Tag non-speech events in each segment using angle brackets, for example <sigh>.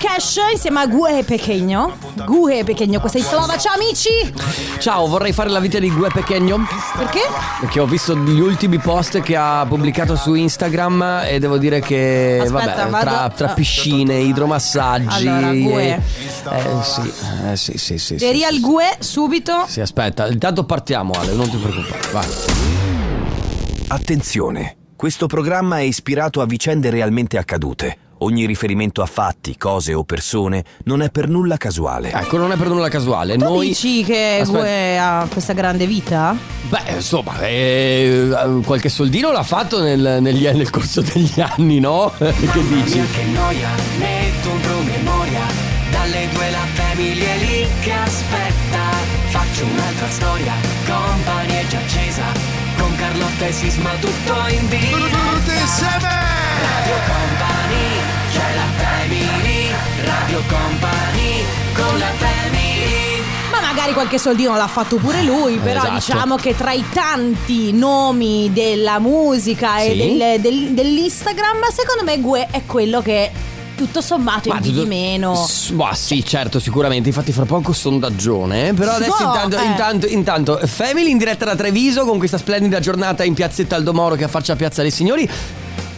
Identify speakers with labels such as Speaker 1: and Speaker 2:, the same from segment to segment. Speaker 1: Cash insieme a Gue Pechegno. Gue Pechegno, questa è Slava. Ciao amici!
Speaker 2: Ciao, vorrei fare la vita di Gue Pechegno
Speaker 1: Perché?
Speaker 2: perché ho visto gli ultimi post che ha pubblicato su Instagram e devo dire che
Speaker 1: Aspetta,
Speaker 2: vabbè, tra,
Speaker 1: vado-
Speaker 2: tra
Speaker 1: ah.
Speaker 2: piscine, idromassaggi
Speaker 1: Allora, Gue.
Speaker 2: e- eh, sì, eh, sì, sì, sì,
Speaker 1: The
Speaker 2: sì,
Speaker 1: Real Gue subito.
Speaker 2: Sì, aspetta, intanto partiamo Ale, non ti preoccupare, vai.
Speaker 3: Attenzione, questo programma è ispirato a vicende realmente accadute. Ogni riferimento a fatti, cose o persone non è per nulla casuale.
Speaker 2: Ecco, non è per nulla casuale.
Speaker 1: Tu
Speaker 2: Noi
Speaker 1: dici che
Speaker 2: Aspetta.
Speaker 1: Gue ha questa grande vita?
Speaker 2: Beh, insomma, eh, qualche soldino l'ha fatto nel, negli- nel corso degli anni, no? <laughs> che dici?
Speaker 4: Mia che noia, metto un promemoria Dalle due la famiglia è lì che aspetta Faccio un'altra storia, compagnie già accesa Con Carlotta e Sisma tutto in diretta Tutti insieme! Radio Company, c'è la family Radio Company, con la family
Speaker 1: Ma magari qualche soldino l'ha fatto pure lui, però
Speaker 2: esatto.
Speaker 1: diciamo che tra i tanti nomi della musica e
Speaker 2: Sì.
Speaker 1: del- del- dell'Instagram, secondo me Gue è quello che tutto sommato
Speaker 2: Ma
Speaker 1: invidia
Speaker 2: tutto-
Speaker 1: meno.
Speaker 2: S- ma sì, certo, sicuramente. Infatti, fra poco sondaggione. eh. Però adesso,
Speaker 1: No,
Speaker 2: intanto,
Speaker 1: eh.
Speaker 2: intanto, intanto, Family in diretta da Treviso con questa splendida giornata in piazzetta Aldomoro che affaccia Piazza dei Signori.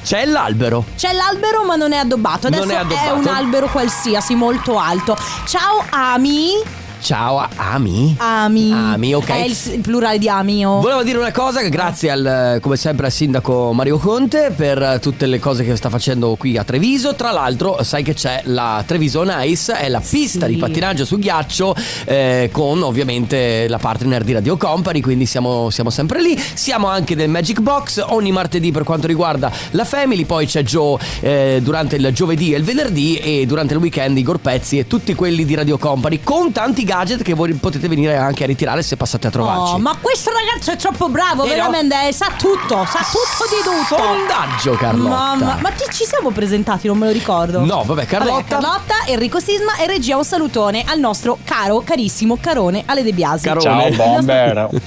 Speaker 2: C'è l'albero.
Speaker 1: C'è l'albero ma non è addobbato, adesso
Speaker 2: Non è addobbato.
Speaker 1: un albero qualsiasi molto alto. Ciao Ami,
Speaker 2: Ciao, a- Ami.
Speaker 1: Ami.
Speaker 2: Ami, ok.
Speaker 1: È il, s- il plurale di oh. Amio.
Speaker 2: Volevo dire una cosa, che grazie al, eh, come sempre al sindaco Mario Conte per eh, tutte le cose che sta facendo qui a Treviso. Tra l'altro, sai che c'è la Treviso on Ice, è la pista
Speaker 1: Sì.
Speaker 2: di pattinaggio su ghiaccio eh, con ovviamente la partner di Radio Company, quindi siamo, siamo sempre lì. Siamo anche del Magic Box ogni martedì per quanto riguarda la Family, poi c'è Joe eh, durante il giovedì e il venerdì e durante il weekend Igor Pezzi e tutti quelli di Radio Company con tanti gadget che voi potete venire anche a ritirare se passate a trovarci.
Speaker 1: Oh, ma questo ragazzo è troppo bravo,
Speaker 2: Eh, no.
Speaker 1: veramente, sa tutto, sa tutto di tutto.
Speaker 2: Sondaggio, Carlotta.
Speaker 1: Mamma, ma ti, ci siamo presentati, non me lo ricordo.
Speaker 2: No, vabbè, Carlotta.
Speaker 1: Carlotta, Enrico Sisma e regia un salutone al nostro caro, carissimo Carone Ale De Biasi.
Speaker 2: Carone.
Speaker 1: Ciao,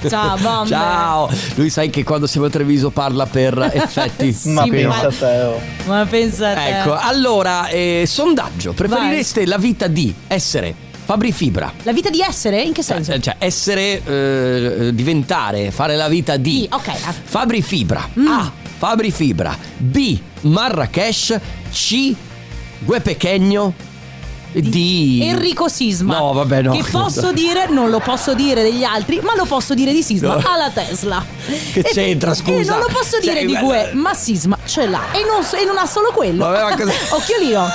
Speaker 1: <laughs> Ciao, bomber. <laughs>
Speaker 2: Ciao. Lui sai che quando siamo a Treviso parla per effetti.
Speaker 1: Ma Sì, pensa oh. ma- Ma pensa a te.
Speaker 2: Ecco, allora, eh, sondaggio. Preferireste la vita di essere Fabri Fibra?
Speaker 1: La vita di essere? In che
Speaker 2: Cioè,
Speaker 1: senso?
Speaker 2: cioè, essere, eh, diventare, fare la vita di
Speaker 1: Sì, ok. ah. Mm.
Speaker 2: Fabri Fibra. A. Fabri Fibra. B. Marrakesh. C. Gue Pechegno. D.
Speaker 1: Enrico Sisma.
Speaker 2: No, vabbè, no.
Speaker 1: Che posso dire, non lo posso dire degli altri, ma lo posso dire di Sisma
Speaker 2: No.
Speaker 1: alla Tesla.
Speaker 2: Che c'entra,
Speaker 1: E
Speaker 2: scusa?
Speaker 1: non lo posso
Speaker 2: Cioè,
Speaker 1: dire di Gue,
Speaker 2: guarda-
Speaker 1: ma Sisma ce l'ha. E non, so- e non ha solo quello.
Speaker 2: Vabbè,
Speaker 1: <laughs>
Speaker 2: ma cosa-
Speaker 1: Occhiolino.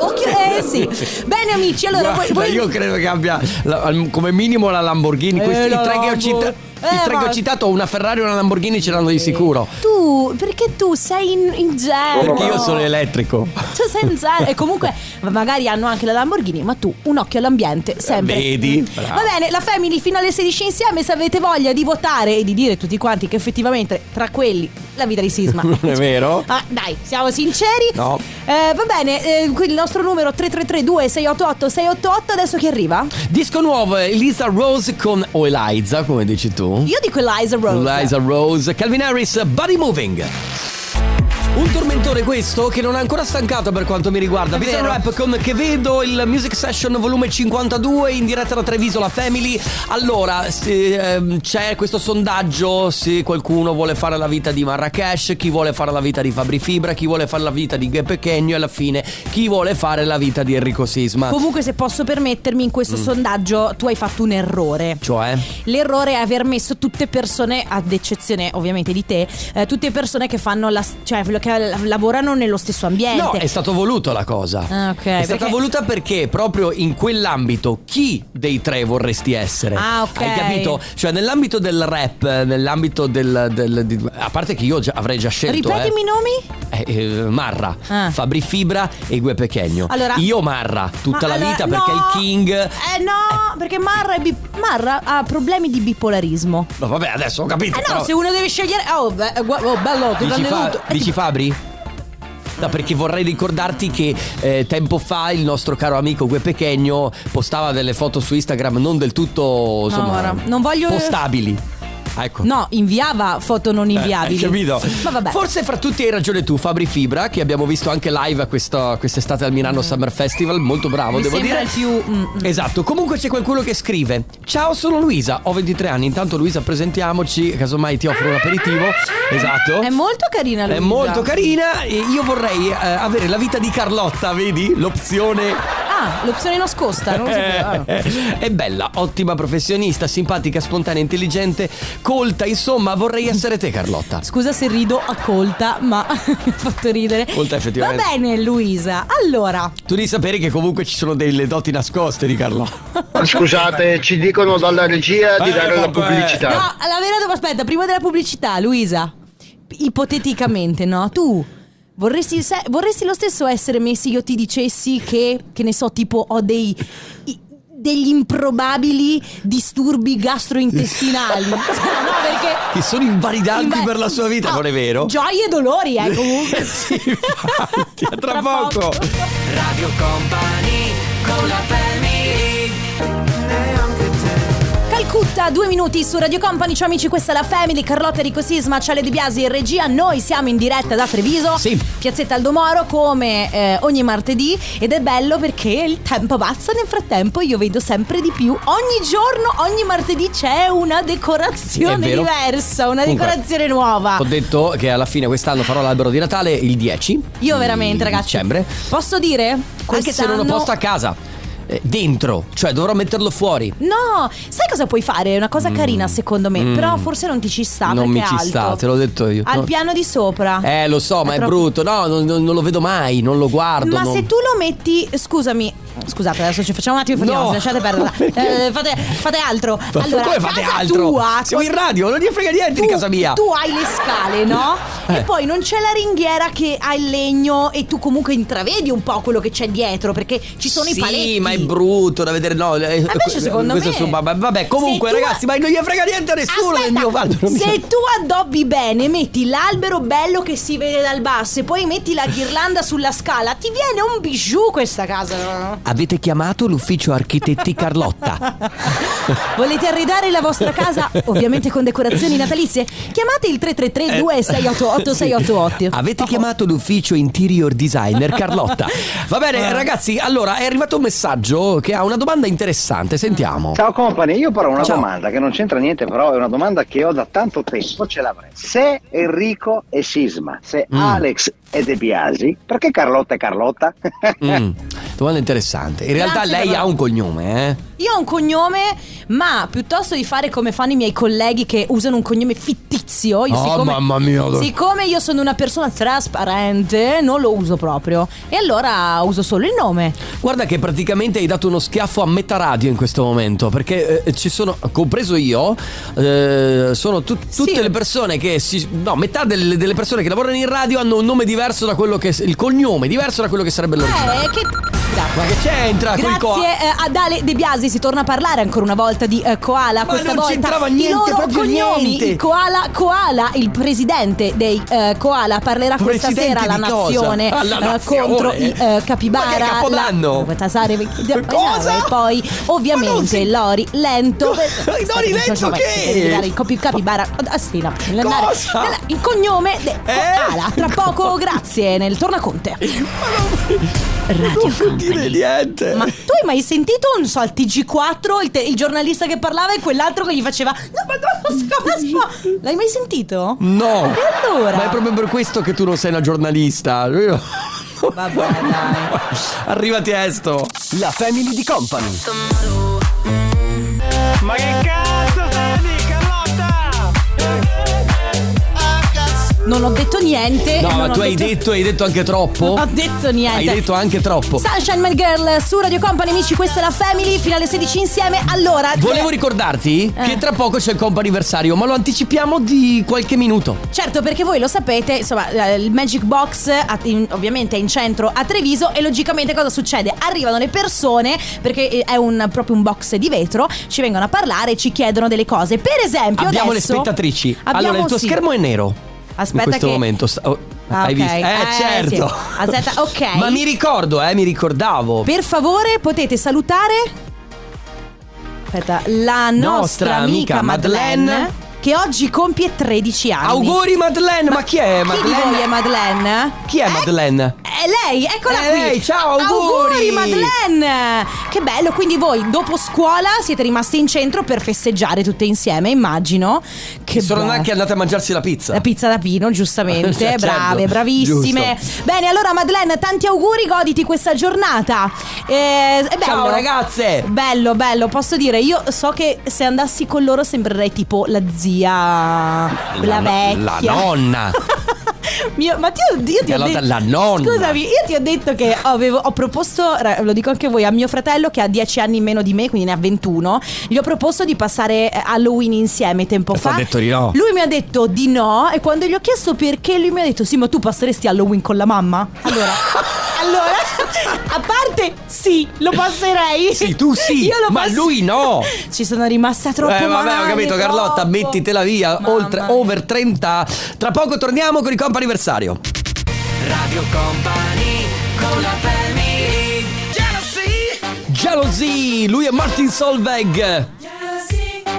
Speaker 1: Occhio- eh sì. Bene amici, allora voi-
Speaker 2: Guarda,
Speaker 1: voi-
Speaker 2: io credo che abbia la- al- come minimo la Lamborghini.
Speaker 1: Eh,
Speaker 2: Questi
Speaker 1: la
Speaker 2: i tre che ho
Speaker 1: Lambo.
Speaker 2: cita-
Speaker 1: Eh,
Speaker 2: i tre che
Speaker 1: ma-
Speaker 2: ho citato, una Ferrari e una Lamborghini ce l'hanno di sicuro.
Speaker 1: Tu, perché tu sei in, in gel?
Speaker 2: Perché io sono elettrico.
Speaker 1: Tu sei in gel. Cioè, E comunque magari hanno anche la Lamborghini, ma tu un occhio all'ambiente sempre.
Speaker 2: Vedi?
Speaker 1: Mm.
Speaker 2: Bravo.
Speaker 1: Va bene, la Family fino alle 16 insieme, se avete voglia di votare e di dire tutti quanti che effettivamente tra quelli la vita di Sisma.
Speaker 2: <laughs> Non è vero?
Speaker 1: Ah, dai, siamo sinceri.
Speaker 2: No.
Speaker 1: Eh, va bene, eh, qui il nostro numero 3332 688 688 adesso chi arriva?
Speaker 2: Disco nuovo, Eliza Rose con o Eliza, come dici tu?
Speaker 1: Io dico Eliza Rose.
Speaker 2: Eliza Rose, Calvin Harris, Body Moving. Un tormentore questo che non è ancora stancato per quanto mi riguarda.
Speaker 1: È
Speaker 2: Vita
Speaker 1: vero.
Speaker 2: Rap con Che Vedo, il Music Session volume 52 in diretta da Treviso, la Family. Allora, se, ehm, c'è questo sondaggio se qualcuno vuole fare la vita di Marrakesh, chi vuole fare la vita di Fabri Fibra, chi vuole fare la vita di Ghe Pechegno e alla fine chi vuole fare la vita di Enrico Sisma.
Speaker 1: Comunque se posso permettermi in
Speaker 2: Mm.
Speaker 1: questo sondaggio tu hai fatto un errore.
Speaker 2: Cioè...
Speaker 1: L'errore è aver messo tutte persone, ad eccezione ovviamente di te, eh, tutte persone che fanno la, cioè che lavorano nello stesso ambiente.
Speaker 2: No, è stato voluto la cosa.
Speaker 1: Ah, ok,
Speaker 2: È stata
Speaker 1: perché-
Speaker 2: voluta perché proprio in quell'ambito chi dei tre vorresti essere?
Speaker 1: Ah, ok.
Speaker 2: Hai capito? Cioè, nell'ambito del rap, eh, nell'ambito del. del- di- a parte che io già- avrei già scelto.
Speaker 1: Ripetimi i nomi?
Speaker 2: certo, eh, eh, eh, Marra,
Speaker 1: Ah.
Speaker 2: Fabri Fibra e Gue Pechegno.
Speaker 1: Allora-
Speaker 2: io Marra tutta
Speaker 1: Ma
Speaker 2: la
Speaker 1: allora-
Speaker 2: vita perché
Speaker 1: no!
Speaker 2: il King.
Speaker 1: Eh no, perché Marra, è bi- Marra ha problemi di bipolarismo.
Speaker 2: No, vabbè, adesso ho capito.
Speaker 1: Eh no,
Speaker 2: però-
Speaker 1: se uno deve scegliere... Oh, beh, gua- oh, bello, ti
Speaker 2: Dici,
Speaker 1: danno
Speaker 2: Fa-
Speaker 1: tutto. Eh,
Speaker 2: dici Fabri? No, perché vorrei ricordarti che eh, tempo fa il nostro caro amico Gue Pechegno postava delle foto su Instagram non del tutto insomma,
Speaker 1: guarda, non voglio-
Speaker 2: postabili. Ah, ecco.
Speaker 1: No, inviava foto non inviabili.
Speaker 2: Eh, Hai capito?
Speaker 1: Ma vabbè.
Speaker 2: Forse fra tutti hai ragione tu, Fabri Fibra, che abbiamo visto anche live a questa- quest'estate al Milano Summer Festival. Molto bravo,
Speaker 1: Mm. Mi
Speaker 2: devo
Speaker 1: sembra il
Speaker 2: dire.
Speaker 1: più- mm, mm.
Speaker 2: Esatto. Comunque c'è qualcuno che scrive: Ciao, sono Luisa, ho 23 anni. Intanto, Luisa, presentiamoci. Casomai ti offro un aperitivo. Esatto.
Speaker 1: Ah, È molto carina
Speaker 2: È
Speaker 1: Luisa.
Speaker 2: molto carina e io vorrei eh, avere la vita di Carlotta, vedi? L'opzione eh,
Speaker 1: Ah, l'opzione nascosta, non lo sapevo. Ah, no.
Speaker 2: è bella, ottima professionista, simpatica, spontanea, intelligente, colta, insomma, vorrei essere te Carlotta.
Speaker 1: Scusa se rido a colta, ma <laughs> mi ha fatto ridere.
Speaker 2: Colta, effettivamente. Ah.
Speaker 1: Va bene, Luisa. Allora,
Speaker 2: Tu devi sapere che comunque ci sono delle doti nascoste di Carlotta.
Speaker 5: Scusate, ci dicono dalla regia di
Speaker 2: Eh,
Speaker 5: dare la
Speaker 2: vabbè.
Speaker 5: pubblicità.
Speaker 1: no, la vera domanda, aspetta, prima della pubblicità, Luisa. Ipoteticamente, no? Tu vorresti, se- vorresti lo stesso essere messi io ti dicessi che, che ne so, tipo ho dei i- degli improbabili disturbi
Speaker 2: <laughs>
Speaker 1: gastrointestinali. Cioè, no, perché
Speaker 2: Che sono invalidanti
Speaker 1: Inve- Ah,
Speaker 2: per la sua vita,
Speaker 1: No,
Speaker 2: non è vero?
Speaker 1: Gioie e dolori, eh, comunque.
Speaker 2: <laughs> sì, infatti,
Speaker 1: <laughs>
Speaker 2: a tra poco.
Speaker 4: Radio Company con la family
Speaker 1: Calcutta, due minuti su Radio Company, ciao amici, questa è la Family, Carlotta Rico Sisma, Ciale Di Biasi in regia, noi siamo in diretta da Treviso,
Speaker 2: Sì.
Speaker 1: Piazzetta Aldomoro come eh, ogni martedì ed è bello perché il tempo passa, nel frattempo io vedo sempre di più, ogni giorno, ogni martedì c'è una decorazione
Speaker 2: È vero.
Speaker 1: diversa, una
Speaker 2: Comunque,
Speaker 1: decorazione nuova.
Speaker 2: Ho detto che alla fine quest'anno farò l'albero di Natale il 10.
Speaker 1: Io
Speaker 2: di
Speaker 1: veramente ragazzi,
Speaker 2: Dicembre.
Speaker 1: posso dire?
Speaker 2: Anche se non ho
Speaker 1: Quest'anno-
Speaker 2: posto a casa. eh, Dentro, cioè dovrò metterlo fuori.
Speaker 1: No, sai cosa puoi fare? È una cosa carina secondo me, però forse non ti ci sta
Speaker 2: Mm. Non mi
Speaker 1: perché è
Speaker 2: ci sta,
Speaker 1: alto.
Speaker 2: te l'ho detto io.
Speaker 1: Al
Speaker 2: No.
Speaker 1: piano di sopra.
Speaker 2: Eh, lo so, ma è,
Speaker 1: troppo-
Speaker 2: brutto. No, non, non- non lo vedo mai, non lo guardo.
Speaker 1: Ma
Speaker 2: non-
Speaker 1: se tu lo metti, scusami, scusate, adesso ci facciamo un attimo, fermiamoci,
Speaker 2: No.
Speaker 1: lasciate
Speaker 2: <laughs>
Speaker 1: perdere. Eh, fate, fate altro.
Speaker 2: Ma
Speaker 1: allora,
Speaker 2: <laughs> come fate
Speaker 1: casa
Speaker 2: altro?
Speaker 1: tua,
Speaker 2: Siamo in radio, non gli frega niente
Speaker 1: tu,
Speaker 2: di casa mia.
Speaker 1: tu hai le scale, no?
Speaker 2: Eh.
Speaker 1: E poi non c'è la ringhiera che ha il legno e tu comunque intravedi un po' quello che c'è dietro perché ci sono
Speaker 2: sì,
Speaker 1: i paletti.
Speaker 2: ma è brutto da vedere. No, eh,
Speaker 1: Invece, secondo
Speaker 2: questo
Speaker 1: me-
Speaker 2: su- ma- ma- vabbè, comunque,
Speaker 1: Se tu-
Speaker 2: ragazzi, ma non gli frega niente a nessuno del
Speaker 1: Aspetta,
Speaker 2: mio fatto. non mi-
Speaker 1: se tu addobbi bene, metti l'albero bello che si vede dal basso e poi metti la ghirlanda sulla scala, ti viene un bijou questa casa.
Speaker 2: <laughs>
Speaker 1: no?
Speaker 2: Avete chiamato l'ufficio
Speaker 1: <laughs>
Speaker 2: architetti Carlotta.
Speaker 1: Volete arredare la vostra casa, ovviamente con decorazioni natalizie? Chiamate il
Speaker 2: Eh.
Speaker 1: 333 2688
Speaker 2: <laughs>
Speaker 1: 688.
Speaker 2: Avete chiamato l'ufficio interior designer Carlotta. Va
Speaker 1: Ah.
Speaker 2: bene, ragazzi, allora è arrivato un messaggio che ha una domanda interessante. Sentiamo.
Speaker 6: Ciao company, io però ho una
Speaker 2: Ciao.
Speaker 6: domanda che non c'entra niente, però è una domanda che ho da tanto tempo, ce l'avrei. Se Enrico è Sisma, se
Speaker 2: Mm.
Speaker 6: Alex è De Biasi, perché Carlotta è Carlotta? <laughs>
Speaker 2: Mm, domanda interessante. In realtà
Speaker 1: Grazie,
Speaker 2: lei
Speaker 1: Carlotta.
Speaker 2: ha un cognome, eh?
Speaker 1: Io ho un cognome, ma piuttosto di fare come fanno i miei colleghi che usano un cognome fittizio, io
Speaker 2: Oh,
Speaker 1: siccome,
Speaker 2: mamma mia.
Speaker 1: siccome io sono una persona trasparente, non lo uso proprio. E allora uso solo il nome.
Speaker 2: Guarda che praticamente hai dato uno schiaffo a metà radio in questo momento, perché eh, ci sono, compreso io, eh, sono tu- tutte
Speaker 1: Sì.
Speaker 2: le persone che si... No, metà delle, delle persone che lavorano in radio hanno un nome diverso da quello che... il cognome diverso da quello che sarebbe l'originale.
Speaker 1: Eh, che. Grazie.
Speaker 2: Ma che c'entra quel co...
Speaker 1: Grazie eh, ad Ale De Biasi si torna a parlare ancora una volta di eh, Koala.
Speaker 2: Ma
Speaker 1: questa
Speaker 2: non
Speaker 1: volta
Speaker 2: c'entrava
Speaker 1: i
Speaker 2: niente,
Speaker 1: loro
Speaker 2: proprio
Speaker 1: cognomi,
Speaker 2: niente.
Speaker 1: il Koala, Koala, il presidente dei eh, Koala, parlerà questa
Speaker 2: Presidente
Speaker 1: sera alla
Speaker 2: di cosa?
Speaker 1: nazione,
Speaker 2: Alla
Speaker 1: eh,
Speaker 2: nazione?
Speaker 1: contro i eh, capibara.
Speaker 2: Ma che è Capodanno?
Speaker 1: la- Tasare, eh,
Speaker 2: <laughs> Cosa?
Speaker 1: E poi,
Speaker 2: Ma non
Speaker 1: ovviamente,
Speaker 2: si-
Speaker 1: Lori Lento. <laughs>
Speaker 2: No, Lori Lento
Speaker 1: Scusate,
Speaker 2: che?
Speaker 1: per evitare Il copi- capibara. Ah, sì, no, nell'andare-
Speaker 2: Cosa?
Speaker 1: nella- il cognome de-
Speaker 2: Eh?
Speaker 1: Koala. Tra
Speaker 2: <laughs>
Speaker 1: poco, grazie, nel Tornaconte. Radio
Speaker 2: Non vuol dire niente.
Speaker 1: ma tu hai mai sentito, non so, al TG4 il, te- il giornalista che parlava e quell'altro che gli faceva No, ma non lo scopo- L'hai mai sentito?
Speaker 2: No.
Speaker 1: E allora?
Speaker 2: Ma è proprio per questo che tu non sei una giornalista. Io-
Speaker 1: Vabbè, dai.
Speaker 2: Arriva Tiesto.
Speaker 3: La family di company.
Speaker 7: Ma che cazzo stai lì, Carlotta?
Speaker 1: Non ho detto niente.
Speaker 2: No,
Speaker 1: non
Speaker 2: ma
Speaker 1: ho
Speaker 2: tu hai detto, hai detto anche troppo.
Speaker 1: Non ho detto niente.
Speaker 2: Hai detto anche troppo.
Speaker 1: Sunshine Man Girl su Radio Company, amici, questa è la Family, fino alle 16 insieme. Allora,
Speaker 2: Volevo
Speaker 1: eh,
Speaker 2: ricordarti che
Speaker 1: Eh.
Speaker 2: tra poco c'è il comp anniversario, ma lo anticipiamo di qualche minuto.
Speaker 1: Certo, perché voi lo sapete, insomma, eh, il Magic Box eh, a- in- ovviamente è in centro a Treviso e logicamente cosa succede? Arrivano le persone, perché eh, è un- proprio un box di vetro, ci vengono a parlare e ci chiedono delle cose. Per esempio,
Speaker 2: Abbiamo le
Speaker 1: adesso-
Speaker 2: spettatrici.
Speaker 1: Abbiamo-
Speaker 2: allora, il tuo
Speaker 1: sì.
Speaker 2: schermo è nero.
Speaker 1: Aspetta
Speaker 2: in questo
Speaker 1: che-
Speaker 2: momento Sta- oh,
Speaker 1: Ah,
Speaker 2: hai
Speaker 1: ok.
Speaker 2: visto? Eh,
Speaker 1: Eh,
Speaker 2: certo.
Speaker 1: sì. Aspetta, ok.
Speaker 2: <laughs> Ma mi ricordo, eh, mi ricordavo.
Speaker 1: Per favore, potete salutare Aspetta, la nostra,
Speaker 2: Nostra amica Madeleine,
Speaker 1: che oggi compie 13 anni.
Speaker 2: Auguri Madeleine, ma, chi
Speaker 1: Chi
Speaker 2: è
Speaker 1: di
Speaker 2: Madeleine?
Speaker 1: voi è Madeleine?
Speaker 2: Chi è
Speaker 1: Eh?
Speaker 2: Madeleine?
Speaker 1: È Eh, lei, eccola
Speaker 2: È
Speaker 1: qui.
Speaker 2: Eh, lei, ciao, auguri.
Speaker 1: Auguri Madeleine. Che bello, quindi voi dopo scuola siete rimaste in centro per festeggiare tutte insieme, immagino. Che
Speaker 2: Sono
Speaker 1: bello.
Speaker 2: anche andate a mangiarsi la pizza.
Speaker 1: La pizza da Pino, giustamente.
Speaker 2: <laughs> Certo,
Speaker 1: Brave, bravissime. Bene, allora Madeleine, tanti auguri, goditi questa giornata. Eh, è bello.
Speaker 2: Ciao ragazze!
Speaker 1: Bello, bello, posso dire, io so che se andassi con loro sembrerei tipo la zia, la,
Speaker 2: no- la
Speaker 1: vecchia.
Speaker 2: nonna.
Speaker 1: <laughs> Mio- ma ti ho, io ti ho
Speaker 2: Carlotta,
Speaker 1: detto
Speaker 2: la nonna.
Speaker 1: Scusami, io ti ho detto che avevo- ho proposto, ra- lo dico anche a voi, a mio fratello che ha 10 anni in meno di me, quindi ne ha 21, gli ho proposto di passare eh, Halloween insieme tempo
Speaker 3: E ti ha
Speaker 1: fa.
Speaker 3: detto di no.
Speaker 1: Lui mi ha detto di no e quando gli ho chiesto perché lui mi ha detto "Sì, ma tu passeresti Halloween con la mamma?".
Speaker 2: <laughs>
Speaker 1: Allora, allora a parte sì, lo passerei.
Speaker 2: Sì, tu sì,
Speaker 1: Io lo
Speaker 2: ma
Speaker 1: pass-
Speaker 2: lui no.
Speaker 1: Ci sono rimasta troppo
Speaker 2: eh, vabbè, ho
Speaker 1: male,
Speaker 2: capito, Carlotta,
Speaker 1: troppo.
Speaker 2: mettitela via.
Speaker 1: Mamma
Speaker 2: oltre
Speaker 1: mia.
Speaker 2: over 30. Tra poco torniamo con il comp anniversario.
Speaker 4: Radio Company con la family Jealousy
Speaker 2: Jealousy, lui è Martin Solveig.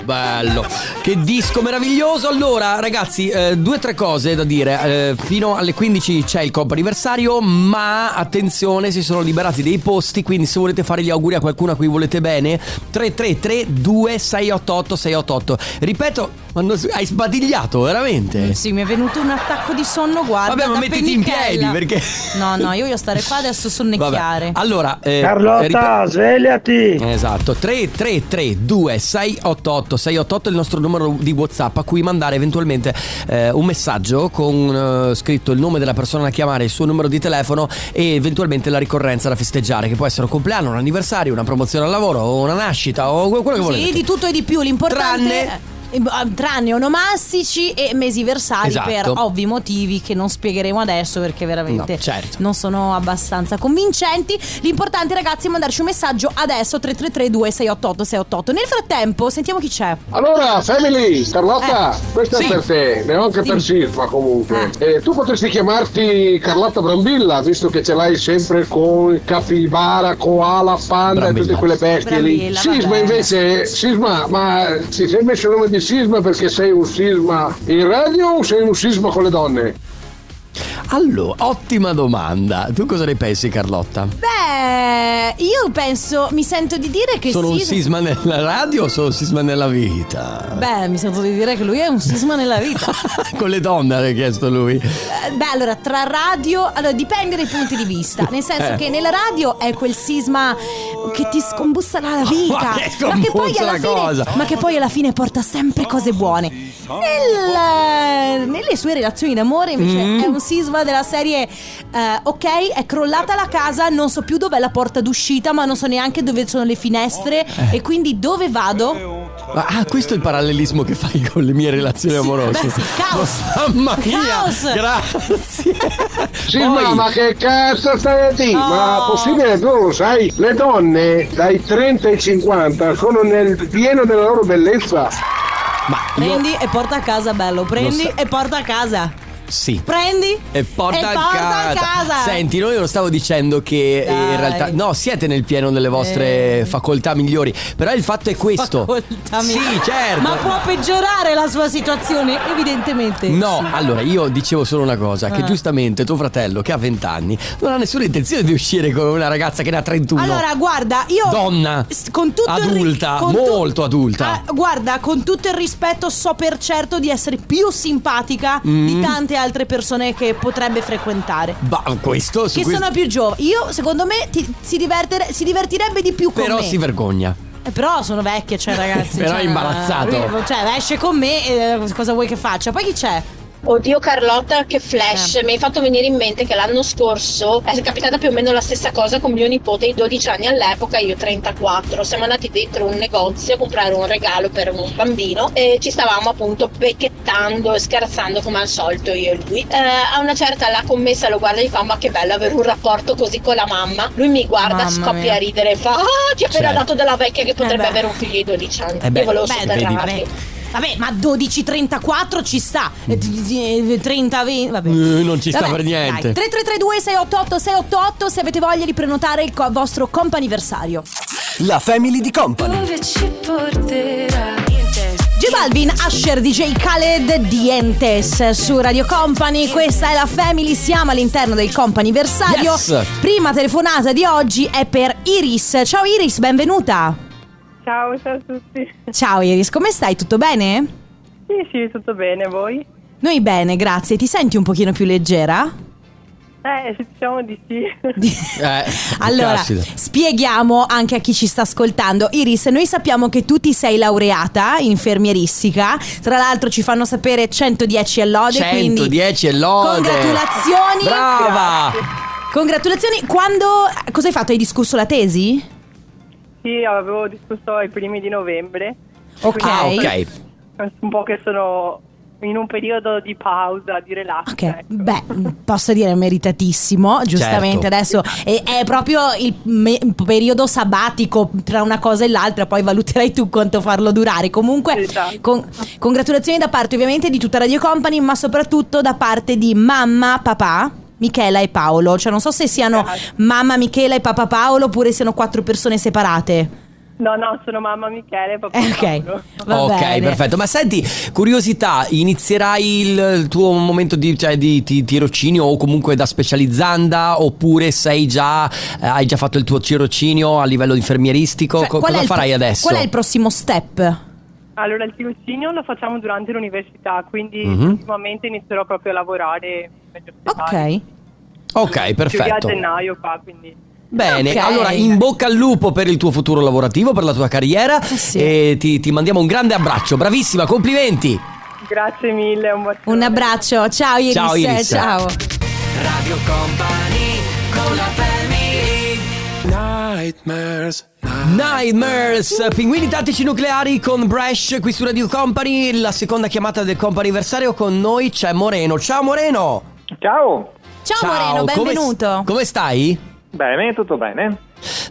Speaker 2: Bello, che disco meraviglioso. Allora, ragazzi, eh, due o tre cose da dire. Eh, fino alle 15 c'è il comp anniversario, ma attenzione, si sono liberati dei posti. Quindi, se volete fare gli auguri a qualcuno a cui volete bene, 333 2688 688. Ripeto, ma non- hai sbadigliato veramente.
Speaker 1: Sì, mi è venuto un attacco di sonno, guarda.
Speaker 2: Eh. Vabbè, ma
Speaker 1: da
Speaker 2: mettiti in
Speaker 1: pennichella.
Speaker 2: piedi, perché-
Speaker 1: No, no, io voglio stare
Speaker 2: <laughs>
Speaker 1: qua adesso
Speaker 2: Vabbè.
Speaker 1: sonnecchiare.
Speaker 2: Allora, eh,
Speaker 5: Carlotta,
Speaker 2: ripet-
Speaker 5: svegliati!
Speaker 2: Esatto, 3332 688 688 è il nostro numero di Whatsapp a cui mandare eventualmente eh, un messaggio con eh, scritto il nome della persona da chiamare, il suo numero di telefono e eventualmente la ricorrenza da festeggiare, che può essere un compleanno, un anniversario, una promozione al lavoro o una nascita o quello che volete.
Speaker 1: Sì, di tutto e di più. L'importante. Tranne. Tranne onomastici e mesi versali
Speaker 2: Esatto.
Speaker 1: per ovvi motivi che non spiegheremo adesso perché veramente
Speaker 2: No, certo.
Speaker 1: non sono abbastanza convincenti. L'importante, ragazzi, è mandarci un messaggio adesso 333-2688-688. Nel frattempo, sentiamo chi c'è.
Speaker 8: Allora, Family, Carlotta,
Speaker 1: Eh.
Speaker 8: questa
Speaker 2: Sì.
Speaker 8: è per te, neanche
Speaker 1: Sì.
Speaker 8: per Sirfa comunque. Eh, tu potresti chiamarti Carlotta Brambilla, visto che ce l'hai sempre con capibara, koala, panda
Speaker 2: Brambilla.
Speaker 8: e tutte quelle bestie lì.
Speaker 1: Brambilla,
Speaker 8: Sisma
Speaker 1: vabbè.
Speaker 8: invece, Sisma, ma ti sei messo il nome di Sisma perché sei un Sisma in radio o sei un Sisma con le donne?
Speaker 2: Allora, ottima domanda. Tu cosa ne pensi Carlotta?
Speaker 1: Beh, io penso, mi sento di dire che
Speaker 2: sono
Speaker 1: sì.
Speaker 2: un sisma nella radio o sono un sisma nella vita? <laughs>
Speaker 1: Beh, mi sento di dire che lui è un sisma nella vita.
Speaker 2: Con le donne l'ha chiesto lui.
Speaker 1: Eh, Beh, allora, tra radio, allora dipende dai punti di
Speaker 2: <laughs>
Speaker 1: vista. Nel senso
Speaker 2: Eh.
Speaker 1: che nella radio è quel sisma che ti scombussa
Speaker 2: <laughs>
Speaker 1: la vita.
Speaker 2: Ma che scombussa la
Speaker 1: fine,
Speaker 2: cosa?
Speaker 1: ma che poi alla fine porta sempre cose buone. Nel- nelle sue relazioni d'amore, invece,
Speaker 2: Mm.
Speaker 1: è un sisma della serie: eh, Ok, è crollata la casa, non so più dov'è la porta d'uscita, ma non so neanche dove sono le finestre.
Speaker 2: Eh.
Speaker 1: E quindi dove vado?
Speaker 2: Ma- Ah, questo è il parallelismo che fai con le mie relazioni amorose.
Speaker 1: beh, sì, caos.
Speaker 2: Mamma mia!
Speaker 1: Caos.
Speaker 2: Grazie!
Speaker 8: Sisma,
Speaker 2: Poi-
Speaker 8: ma che cazzo stai a dire? Ma possibile tu non lo sai? Le donne dai 30 ai 50 sono nel pieno della loro bellezza.
Speaker 2: Ma io-
Speaker 1: Prendi e porta a casa, bello. Prendi
Speaker 2: so.
Speaker 1: e porta a casa.
Speaker 2: Sì.
Speaker 1: Prendi
Speaker 2: E porta, a
Speaker 1: a casa.
Speaker 2: Senti, noi non stavo dicendo che eh, in
Speaker 1: Dai. Eh.
Speaker 2: realtà. No, siete nel pieno delle vostre facoltà migliori. Però il fatto è questo.
Speaker 1: Ascoltami.
Speaker 2: Sì, certo.
Speaker 1: Ma può peggiorare la sua situazione, evidentemente.
Speaker 2: No,
Speaker 1: Sì.
Speaker 2: allora io dicevo solo una cosa:
Speaker 1: Ah.
Speaker 2: che giustamente tuo fratello, che ha 20 anni, non ha nessuna intenzione di uscire con una ragazza che ne ha 31.
Speaker 1: Allora, guarda, io.
Speaker 2: Donna.
Speaker 1: S- Con tutto il ri-
Speaker 2: Adulta,
Speaker 1: con tu-
Speaker 2: molto adulta.
Speaker 1: Ah, guarda, con tutto il rispetto, so per certo di essere più simpatica
Speaker 2: Mm.
Speaker 1: di tante altre persone che potrebbe frequentare.
Speaker 2: Bah, questo su
Speaker 1: Che
Speaker 2: questo-
Speaker 1: sono più giovani. Io, secondo me, ti- si, divertere- si divertirebbe di più con
Speaker 2: Però
Speaker 1: me.
Speaker 2: si vergogna.
Speaker 1: Eh, Però sono vecchia, cioè, ragazzi.
Speaker 2: <laughs> Però
Speaker 1: cioè,
Speaker 2: è imbarazzato.
Speaker 1: lui- Cioè, esce con me, eh, cosa vuoi che faccia? Poi chi c'è?
Speaker 9: Oddio Carlotta, che flash!
Speaker 1: Eh.
Speaker 9: Mi hai fatto venire in mente che l'anno scorso è capitata più o meno la stessa cosa con mio nipote di 12 anni all'epoca, io 34. Siamo andati dentro un negozio a comprare un regalo per un bambino e ci stavamo appunto becchettando e scherzando come al solito io e lui. Eh, a una certa la commessa lo guarda e gli fa ma che bello avere un rapporto così con la mamma. Lui mi guarda,
Speaker 1: Mamma
Speaker 9: scoppia
Speaker 1: mia. Eh
Speaker 9: a ridere e fa ah, ti ho appena
Speaker 2: Certo.
Speaker 9: dato della vecchia che potrebbe
Speaker 1: beh.
Speaker 9: avere un figlio di 12 anni.
Speaker 2: Eh beh,
Speaker 9: io volevo
Speaker 2: beh,
Speaker 9: sotterrarli.
Speaker 1: Vabbè, vabbè, ma 12.34 ci sta. Eh, eh, 30, 20, vabbè.
Speaker 2: Eh, non ci sta
Speaker 1: Vabbè,
Speaker 2: per niente.
Speaker 1: dai. 3332 688 688 se avete voglia di prenotare il co- vostro comp'anniversario.
Speaker 3: La family di Company.
Speaker 10: Dove ci porterà?
Speaker 1: J J Balvin, Asher, DJ Khaled, Dientes su Radio Company. Questa è la Family, siamo all'interno del companiversario.
Speaker 2: Yes.
Speaker 1: Prima telefonata di oggi è per Iris. Ciao Iris, benvenuta.
Speaker 10: Ciao, ciao a tutti.
Speaker 1: Ciao Iris, come stai? Tutto bene?
Speaker 10: Sì, sì, tutto bene, voi?
Speaker 1: Noi bene, grazie. Ti senti un pochino più leggera? <laughs>
Speaker 10: Eh, diciamo di sì.
Speaker 2: Eh,
Speaker 1: Allora,
Speaker 2: caspita.
Speaker 1: spieghiamo anche a chi ci sta ascoltando. Iris, noi sappiamo che tu ti sei laureata in infermieristica. Tra l'altro ci fanno sapere 110 e lode, quindi
Speaker 2: 110 e lode.
Speaker 1: congratulazioni.
Speaker 2: Brava.
Speaker 1: Congratulazioni. Quando cosa hai fatto? Hai discusso la tesi?
Speaker 10: Sì, avevo discusso ai primi di novembre.
Speaker 1: Ok.
Speaker 2: Ah, ok.
Speaker 10: Un po' che sono in un periodo di pausa, di relax.
Speaker 1: Ok,
Speaker 10: ecco.
Speaker 1: beh, mm, posso dire meritatissimo,
Speaker 2: Certo.
Speaker 1: giustamente adesso è, è proprio il me- periodo sabbatico tra una cosa e l'altra, poi valuterai tu quanto farlo durare. Comunque,
Speaker 10: Esatto.
Speaker 1: con- congratulazioni da parte ovviamente di tutta Radio Company, ma soprattutto da parte di mamma, papà. Michela e Paolo, cioè non so se siano
Speaker 10: Grazie.
Speaker 1: mamma Michela e papà Paolo oppure siano quattro persone separate.
Speaker 10: No, no, sono mamma Michele e papà
Speaker 1: Eh, ok,
Speaker 10: Paolo.
Speaker 1: va
Speaker 2: ok,
Speaker 1: bene.
Speaker 2: perfetto. Ma senti, curiosità, inizierai il, il tuo momento di, cioè, di, ti- tirocinio o comunque da specializzanda oppure sei già, eh, hai già fatto il tuo tirocinio a livello infermieristico?
Speaker 1: Cioè,
Speaker 2: Co-
Speaker 1: qual è
Speaker 2: cosa
Speaker 1: il-
Speaker 2: farai adesso?
Speaker 1: Qual è il prossimo step?
Speaker 10: Allora, il tirocinio lo facciamo durante l'università, quindi
Speaker 2: Mhm.
Speaker 10: ultimamente inizierò proprio a lavorare.
Speaker 1: Ok.
Speaker 2: ok,
Speaker 10: Chiuderà a
Speaker 2: perfetto.
Speaker 10: gennaio qua, quindi...
Speaker 2: Bene,
Speaker 1: Ok.
Speaker 2: allora in bocca al lupo per il tuo futuro lavorativo, per la tua carriera
Speaker 1: Eh sì.
Speaker 2: e ti, ti mandiamo un grande abbraccio. Bravissima, complimenti.
Speaker 10: Grazie mille, un bacione.
Speaker 1: Un abbraccio, ciao Iris.
Speaker 2: Ciao, Iris.
Speaker 1: Ciao.
Speaker 4: Radio Company con la family Nightmares
Speaker 2: Nightmares, pinguini tattici nucleari con Brash qui su Radio Company, la seconda chiamata del comp anniversario con noi c'è Moreno. Ciao Moreno!
Speaker 11: Ciao,
Speaker 1: Ciao, Moreno,
Speaker 2: come-
Speaker 1: benvenuto.
Speaker 2: Come, stai?
Speaker 11: bene, tutto bene?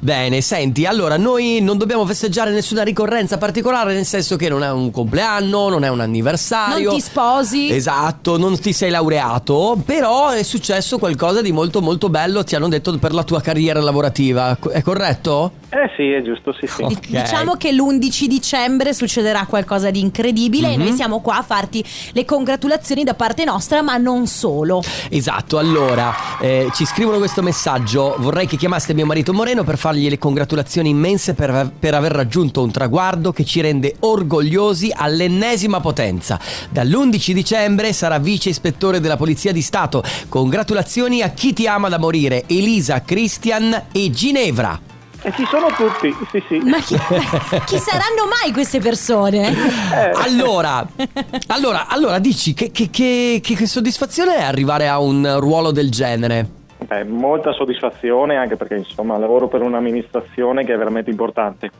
Speaker 2: Bene, senti, allora noi non dobbiamo festeggiare nessuna ricorrenza particolare, nel senso che non è un compleanno, non è un anniversario.
Speaker 1: Non ti sposi.
Speaker 2: Esatto, non ti sei laureato, però è successo qualcosa di molto molto bello, ti hanno detto per la tua carriera lavorativa, è corretto?
Speaker 11: Eh sì, è giusto, sì sì.
Speaker 2: Oh.
Speaker 1: Di- Diciamo che l'11 dicembre succederà qualcosa di incredibile e
Speaker 2: Mhm.
Speaker 1: noi siamo qua a farti le congratulazioni da parte nostra, ma non solo.
Speaker 2: Esatto, allora eh, ci scrivono questo messaggio. Vorrei che chiamaste mio marito Moreno per fargli le congratulazioni immense per, per aver raggiunto un traguardo che ci rende orgogliosi all'ennesima potenza. Dall'11 dicembre sarà vice ispettore della Polizia di Stato. Congratulazioni a chi ti ama da morire, Elisa, Christian e Ginevra.
Speaker 11: E ci sono tutti, sì sì.
Speaker 1: Ma
Speaker 2: <laughs>
Speaker 1: chi, chi saranno mai queste persone?
Speaker 2: Allora, allora, allora dici che, che- che- che soddisfazione è arrivare a un ruolo del genere?
Speaker 11: Eh, molta soddisfazione anche perché insomma lavoro per un'amministrazione che è veramente importante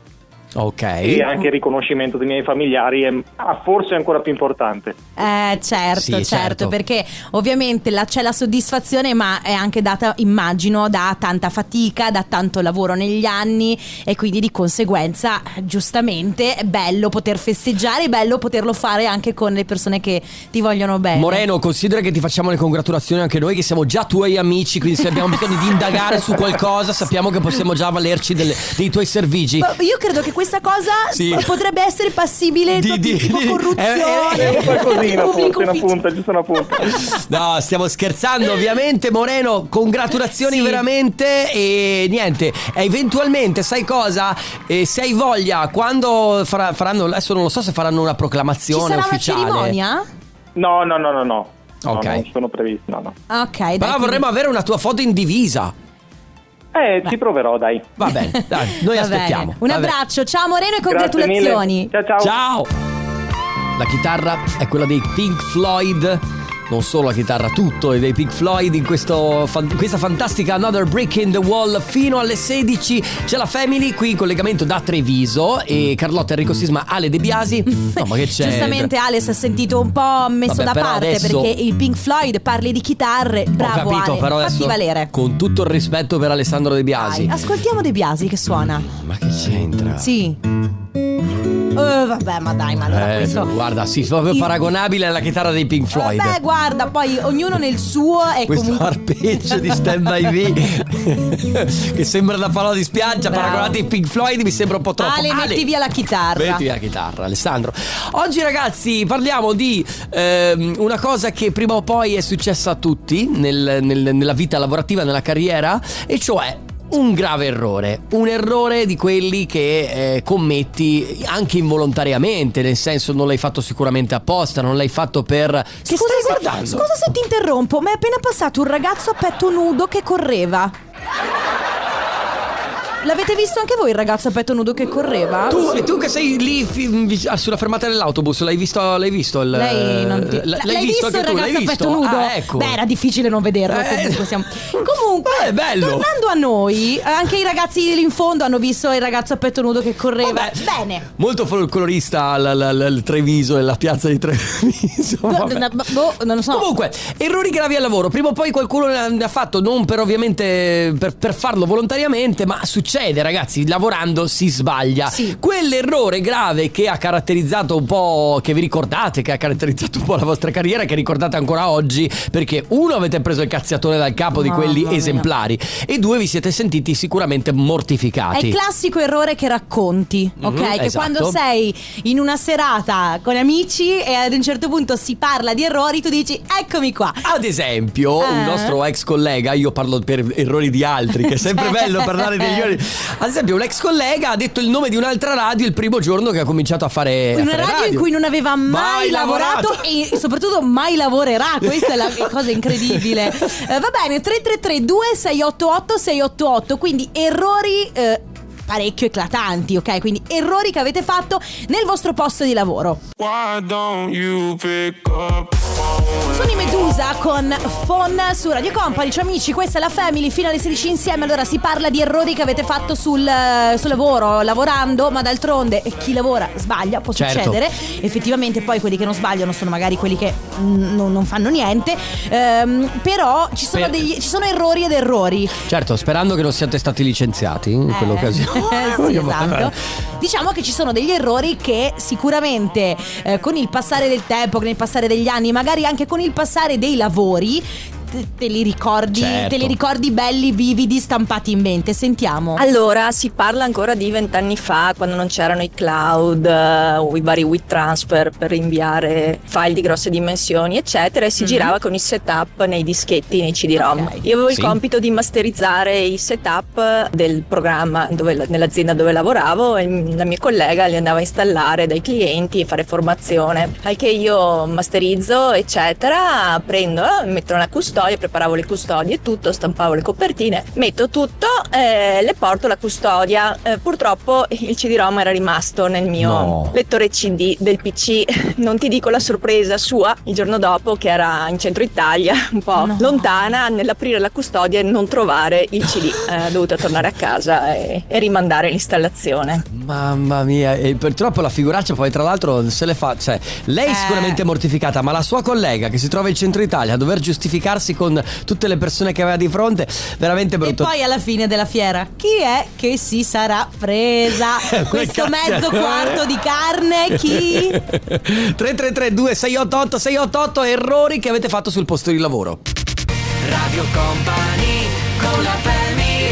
Speaker 2: Ok.
Speaker 11: e anche il riconoscimento dei miei familiari è ah, forse ancora più importante.
Speaker 1: Eh, certo,
Speaker 2: Sì,
Speaker 1: certo,
Speaker 2: certo.
Speaker 1: perché ovviamente la- c'è la soddisfazione, ma è anche data, immagino, da tanta fatica, da tanto lavoro negli anni e quindi di conseguenza, giustamente, è bello poter festeggiare, è bello poterlo fare anche con le persone che ti vogliono bene.
Speaker 2: Moreno, considera che ti facciamo le congratulazioni anche noi, che siamo già tuoi amici, quindi se abbiamo bisogno di indagare su qualcosa, sappiamo che possiamo già valerci delle- dei tuoi servigi.
Speaker 1: Ma Io credo che questa cosa
Speaker 2: Sì.
Speaker 1: po- potrebbe essere passibile
Speaker 2: Di-
Speaker 1: di,
Speaker 2: di-
Speaker 1: tipo
Speaker 2: di-
Speaker 1: corruzione.
Speaker 2: eh, eh, eh,
Speaker 11: Qualcosina,
Speaker 1: pubblico
Speaker 11: forse una
Speaker 1: ufficio.
Speaker 11: punta, giusto una punta.
Speaker 2: No, stiamo scherzando, ovviamente. Moreno, congratulazioni
Speaker 1: Sì.
Speaker 2: veramente. E niente, e eventualmente, sai cosa? Eh, se hai voglia, quando farà- faranno, adesso non lo so se faranno una
Speaker 1: Ci
Speaker 2: proclamazione
Speaker 1: sarà una
Speaker 2: ufficiale.
Speaker 1: cerimonia?
Speaker 11: No, no, no, no, no. No,
Speaker 2: Ok.
Speaker 11: non sono previsto, no, no.
Speaker 1: Ok, dai.
Speaker 2: Però
Speaker 1: quindi-
Speaker 2: vorremmo avere una tua foto in divisa.
Speaker 11: Eh, ci proverò, dai.
Speaker 2: Va bene, dai, noi
Speaker 1: <laughs> Va bene.
Speaker 2: aspettiamo.
Speaker 1: Un
Speaker 2: Va bene.
Speaker 1: abbraccio, ciao Moreno e
Speaker 11: Grazie mille.
Speaker 1: congratulazioni.
Speaker 11: Ciao ciao.
Speaker 2: Ciao! La chitarra è quella dei Pink Floyd. Non solo la chitarra, tutto è dei Pink Floyd in questo fan- questa fantastica Another Brick in the Wall fino alle 16. C'è la Family qui in collegamento da Treviso e Carlotta Enrico Sisma, Ale De Biasi. No, ma che c'è?
Speaker 1: Giustamente Alex ha sentito un po' messo
Speaker 2: Vabbè,
Speaker 1: da
Speaker 2: però
Speaker 1: parte
Speaker 2: adesso-
Speaker 1: perché il Pink Floyd parli di chitarre.
Speaker 2: Ho
Speaker 1: Bravo
Speaker 2: capito,
Speaker 1: Ale,
Speaker 2: però
Speaker 1: fatti
Speaker 2: adesso
Speaker 1: valere.
Speaker 2: con tutto il rispetto per Alessandro De Biasi.
Speaker 1: Dai, ascoltiamo De Biasi che suona.
Speaker 2: Ma che c'entra?
Speaker 1: Sì. Eh, vabbè, ma dai, ma allora
Speaker 2: Eh,
Speaker 1: questo.
Speaker 2: guarda, sì, sono proprio
Speaker 1: il-
Speaker 2: paragonabile alla chitarra dei Pink Floyd.
Speaker 1: Vabbè, guarda, poi ognuno nel suo è
Speaker 2: questo
Speaker 1: comunque.
Speaker 2: arpeggio di Stand By
Speaker 1: <laughs>
Speaker 2: Me che sembra una parola di spiaggia
Speaker 1: Bravo.
Speaker 2: paragonate ai Pink Floyd mi sembra un po' troppo
Speaker 1: Ale, metti via la chitarra.
Speaker 2: Metti via la chitarra, Alessandro. Oggi, ragazzi, parliamo di ehm, una cosa che prima o poi è successa a tutti nel- nel- nella vita lavorativa, nella carriera, e cioè. Un grave errore, un errore di quelli che eh, commetti anche involontariamente, nel senso non l'hai fatto sicuramente apposta, non l'hai fatto per... Che
Speaker 1: Scusa
Speaker 2: stai
Speaker 1: se-
Speaker 2: guardando?
Speaker 1: Scusa se ti interrompo, ma è appena passato un ragazzo a petto nudo che correva. L'avete visto anche voi il ragazzo a petto nudo che correva?
Speaker 2: Tu, e tu che sei lì fi- vic- ah, sulla fermata dell'autobus, l'hai visto? L'hai visto il,
Speaker 1: Lei non ti...
Speaker 2: Eh, l- l'hai, visto,
Speaker 1: il
Speaker 2: anche tu?
Speaker 1: ragazzo
Speaker 2: L'hai
Speaker 1: a
Speaker 2: visto?
Speaker 1: petto nudo?
Speaker 2: Ah, ecco.
Speaker 1: Beh, era difficile non vederlo.
Speaker 2: Eh.
Speaker 1: Comunque, siamo- comunque
Speaker 2: Beh, bello.
Speaker 1: tornando a noi, eh, anche i ragazzi lì in fondo hanno visto il ragazzo a petto nudo che correva. Bene.
Speaker 2: Molto folclorista l- l- l- il Treviso e la piazza di Treviso. vabbè.
Speaker 1: Boh, boh, non lo so.
Speaker 2: Comunque, errori gravi al lavoro. Prima o poi qualcuno ne ha- ne ha fatto, non per ovviamente per, per farlo volontariamente, ma succede, ragazzi, lavorando si sbaglia. Quell'errore grave che ha caratterizzato un po', che vi ricordate, che ha caratterizzato un po' la vostra carriera, che ricordate ancora oggi, perché uno avete preso il cazziatore dal capo di
Speaker 1: Mamma
Speaker 2: quelli
Speaker 1: mia.
Speaker 2: esemplari e due vi siete sentiti sicuramente
Speaker 1: È
Speaker 2: mortificati.
Speaker 1: il classico errore che racconti, ok?
Speaker 2: Mhm,
Speaker 1: che
Speaker 2: esatto.
Speaker 1: quando sei in una serata con amici e ad un certo punto si parla di errori, tu dici eccomi qua.
Speaker 2: Ad esempio, un
Speaker 1: Eh.
Speaker 2: nostro ex collega, io parlo per errori di altri, che
Speaker 1: <laughs>
Speaker 2: è sempre bello parlare degli errori. Ad esempio, un ex collega ha detto il nome di un'altra radio il primo giorno che ha cominciato a fare. a
Speaker 1: In una
Speaker 2: fare
Speaker 1: radio, in cui non aveva mai,
Speaker 2: Mai
Speaker 1: lavorato,
Speaker 2: lavorato.
Speaker 1: e soprattutto mai lavorerà, questa <laughs> è la cosa incredibile. Eh, va bene, 333 2688 688, quindi errori eh, parecchio eclatanti, ok? Quindi errori che avete fatto nel vostro posto di lavoro. Sono i Medusa con Fon su Radio Company, ciao amici, questa è la Family, fino alle 16 insieme, allora si parla di errori che avete fatto sul, eh, sul lavoro, lavorando, ma d'altronde eh, chi lavora sbaglia, può
Speaker 2: Certo.
Speaker 1: succedere, effettivamente poi quelli che non sbagliano sono magari quelli che mm, non, non fanno niente, Ehm, però ci sono,
Speaker 2: Sper-
Speaker 1: degli- ci sono errori ed errori.
Speaker 2: Certo, sperando che non siate stati licenziati in
Speaker 1: Eh,
Speaker 2: quell'occasione.
Speaker 1: <laughs>
Speaker 2: <laughs>
Speaker 1: sì, esatto. Diciamo che ci sono degli errori che sicuramente eh, con il passare del tempo, con il passare degli anni, magari anche con il passare dei lavori. Te, te li ricordi,
Speaker 12: Certo.
Speaker 1: te li ricordi belli, vividi, stampati in mente. Sentiamo.
Speaker 12: Allora, si parla ancora di vent'anni fa, quando non c'erano i cloud, eh, o i vari WeTransfer per inviare file di grosse dimensioni, eccetera, e si
Speaker 13: Mhm.
Speaker 12: girava con i setup nei dischetti, nei CD-ROM. Io avevo
Speaker 13: Sì.
Speaker 12: il compito di masterizzare i setup del programma dove- nell'azienda dove lavoravo e m- la mia collega li andava a installare dai clienti e fare formazione. Al che io masterizzo, eccetera, prendo, eh, metto una custodia, preparavo le custodie e tutto, stampavo le copertine, metto tutto, eh, le porto alla custodia. Eh, purtroppo il CD-ROM era rimasto nel mio
Speaker 13: No.
Speaker 12: lettore CD del PC. Non ti dico la sorpresa sua il giorno dopo che era in centro Italia, <laughs> un po' lontana, nell'aprire la custodia e non trovare il CD. Eh, Ho dovuto tornare a casa e- e rimandare l'installazione.
Speaker 2: Mamma mia, e purtroppo la figuraccia poi tra l'altro se le fa, cioè lei
Speaker 1: Eh.
Speaker 2: sicuramente è mortificata, ma la sua collega che si trova in centro Italia a dover giustificarsi con tutte le persone che aveva di fronte, veramente
Speaker 1: E
Speaker 2: brutto.
Speaker 1: poi alla fine della fiera, chi è che si sarà
Speaker 2: <laughs>
Speaker 1: presa questo
Speaker 2: Cazzo.
Speaker 1: mezzo quarto di carne?
Speaker 2: <laughs>
Speaker 1: Chi?
Speaker 2: 333 2688 688 errori che avete fatto sul posto di lavoro.
Speaker 4: Radio Company con la family